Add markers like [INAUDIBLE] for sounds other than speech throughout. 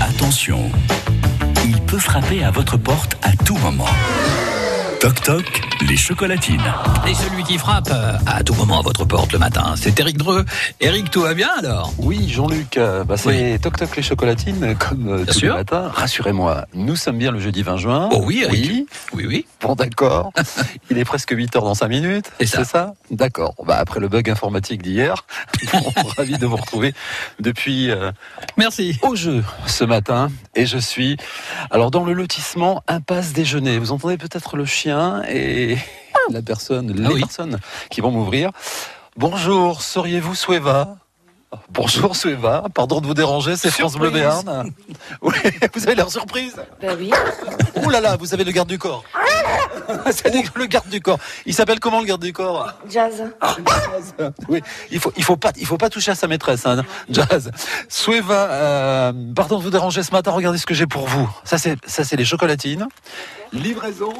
Attention, il peut frapper à votre porte à tout moment. Toc toc, les chocolatines. Et celui qui frappe euh, à tout moment à votre porte le matin, c'est Eric Dreux. Eric, tout va bien alors Oui, Jean-Luc, euh, bah, c'est Toc Toc les chocolatines, euh, comme euh, tous sûr. les matins. Rassurez-moi, nous sommes bien le jeudi 20 juin. Oh oui, Eric. Oui, Oui, oui. bon d'accord. [LAUGHS] Il est presque 8 heures dans 5 minutes. C'est ça. D'accord. Bah, après le bug informatique d'hier, [LAUGHS] bon, ravi de vous retrouver depuis euh, Merci. au jeu ce matin. Et je suis, alors dans le lotissement, impasse déjeuner. Vous entendez peut-être le chien et [LAUGHS] la personne, les Ah oui. personnes qui vont m'ouvrir. Bonjour, seriez-vous Sueva Bonjour Sueva, pardon de vous déranger, c'est France Bleu Surprise. Béarn. [LAUGHS] Oui, vous avez l'air surprise. Bah oui. Ouh là là, vous avez le garde du corps. [LAUGHS] C'est le garde du corps. Il s'appelle comment le garde du corps Jazz. oui, il faut, il faut pas, il faut pas toucher à sa maîtresse, hein, Jazz. Sueva, euh, pardon de vous déranger ce matin. Regardez ce que j'ai pour vous. Ça c'est, ça c'est les chocolatines. Livraison,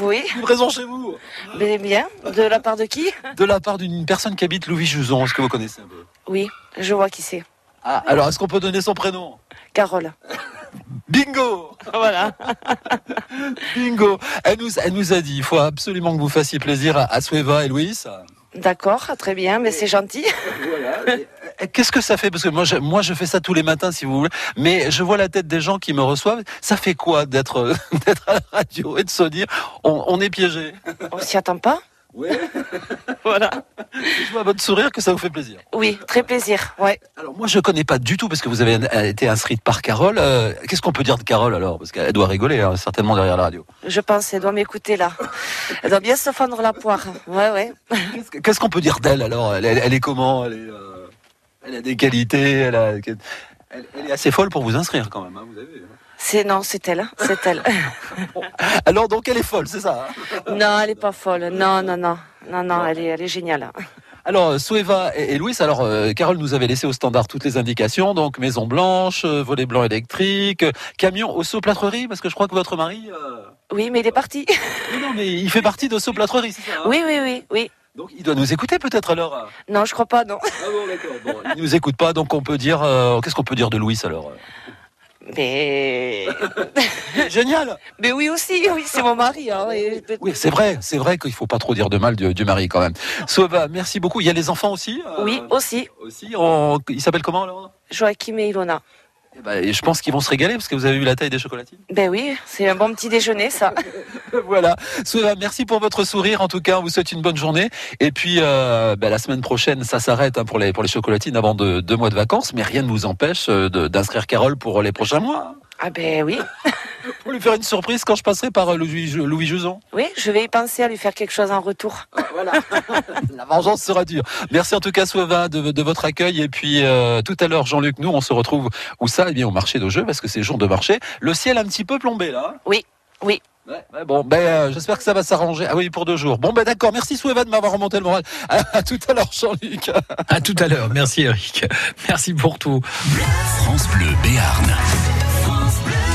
Oui, livraison chez vous. mais bien. De la part de qui De la part d'une personne qui habite Louis-Juson. Est-ce que vous connaissez un peu Oui, je vois qui c'est. Ah, alors est-ce qu'on peut donner son prénom Carole. Bingo. Voilà. [LAUGHS] Bingo. Elle nous, elle nous a dit, il faut absolument que vous fassiez plaisir à, à Sueva et Louis. D'accord, très bien, mais c'est gentil. Qu'est-ce que ça fait Parce que moi je, moi, je fais ça tous les matins, si vous voulez. Mais je vois la tête des gens qui me reçoivent. Ça fait quoi d'être [LAUGHS] d'être à la radio et de se dire on, on est piégé On s'y attend pas Voilà. Je vois à votre sourire que ça vous fait plaisir. Oui, très plaisir. Ouais. Alors, moi, je connais pas du tout parce que vous avez été inscrite par Carole. Euh, Qu'est-ce qu'on peut dire de Carole alors Parce qu'elle doit rigoler, hein, certainement, derrière la radio. Je pense, elle doit m'écouter là. Elle doit bien se fendre la poire. Ouais, ouais. Qu'est-ce que- Qu'est-ce qu'on peut dire d'elle alors elle, elle- elle est comment elle, est, euh, elle a des qualités elle, a- elle- elle est assez folle pour vous inscrire quand même. hein, vous avez vu. C'est non, c'est elle. hein, C'est elle. Alors, donc, elle est folle, c'est ça hein Non, elle est pas folle. Non, non, non. Non, non, elle est, elle est géniale. Alors, euh, Sueva et, et Louis, alors, euh, Carole nous avait laissé au standard toutes les indications, donc Maison Blanche, euh, volet blanc électrique, euh, camion, ossoplâtrerie, parce que je crois que votre mari... euh, Oui, mais il est parti. Non, non, mais il fait partie d'ossoplâtrerie, c'est ça hein Oui, oui, oui, oui. Donc, il doit nous écouter peut-être alors euh. Non, je crois pas, non. Ah bon, d'accord. Bon, il nous écoute pas, donc on peut dire... euh, Qu'est-ce qu'on peut dire de Louis, alors euh Mais. Génial Mais oui aussi, oui, c'est mon mari. hein, et- Oui, c'est vrai, c'est vrai qu'il faut pas trop dire de mal du, du mari, quand même. Sueva, merci beaucoup. Il y a les enfants aussi euh, Oui, aussi. Aussi, on- ils s'appellent comment, alors Joachim et Ilona. Eh ben, Je pense qu'ils vont se régaler, parce que vous avez vu la taille des chocolatines. Ben oui, c'est un bon petit déjeuner, ça. [LAUGHS] Voilà. Souva, merci pour votre sourire. En tout cas, on vous souhaite une bonne journée. Et puis, euh, bah, la semaine prochaine, ça s'arrête hein, pour, les, pour les chocolatines avant de, deux mois de vacances. Mais rien ne vous empêche euh, de- d'inscrire Carole pour les prochains mois. Ah ben oui, Pour lui faire une surprise quand je passerai par euh, Louis, Louis Juson. oui, je vais y penser à lui faire quelque chose en retour. La vengeance sera dure. Merci en tout cas, Souva, de, de votre accueil. Et puis, euh, tout à l'heure, Jean-Luc, nous, on se retrouve où ça Eh bien, au marché de jeu, parce que c'est jour de marché. Le ciel un petit peu plombé, là. hein Oui, oui. Ouais, ouais, bon, ben, euh, j'espère que ça va s'arranger. Ah oui, pour deux jours. Bon, ben d'accord. Merci Soueva de m'avoir remonté le moral. [LAUGHS] À, à tout à l'heure, Jean-Luc. À tout à l'heure. Merci Eric. Merci pour tout. France Bleu Béarn. France Bleu.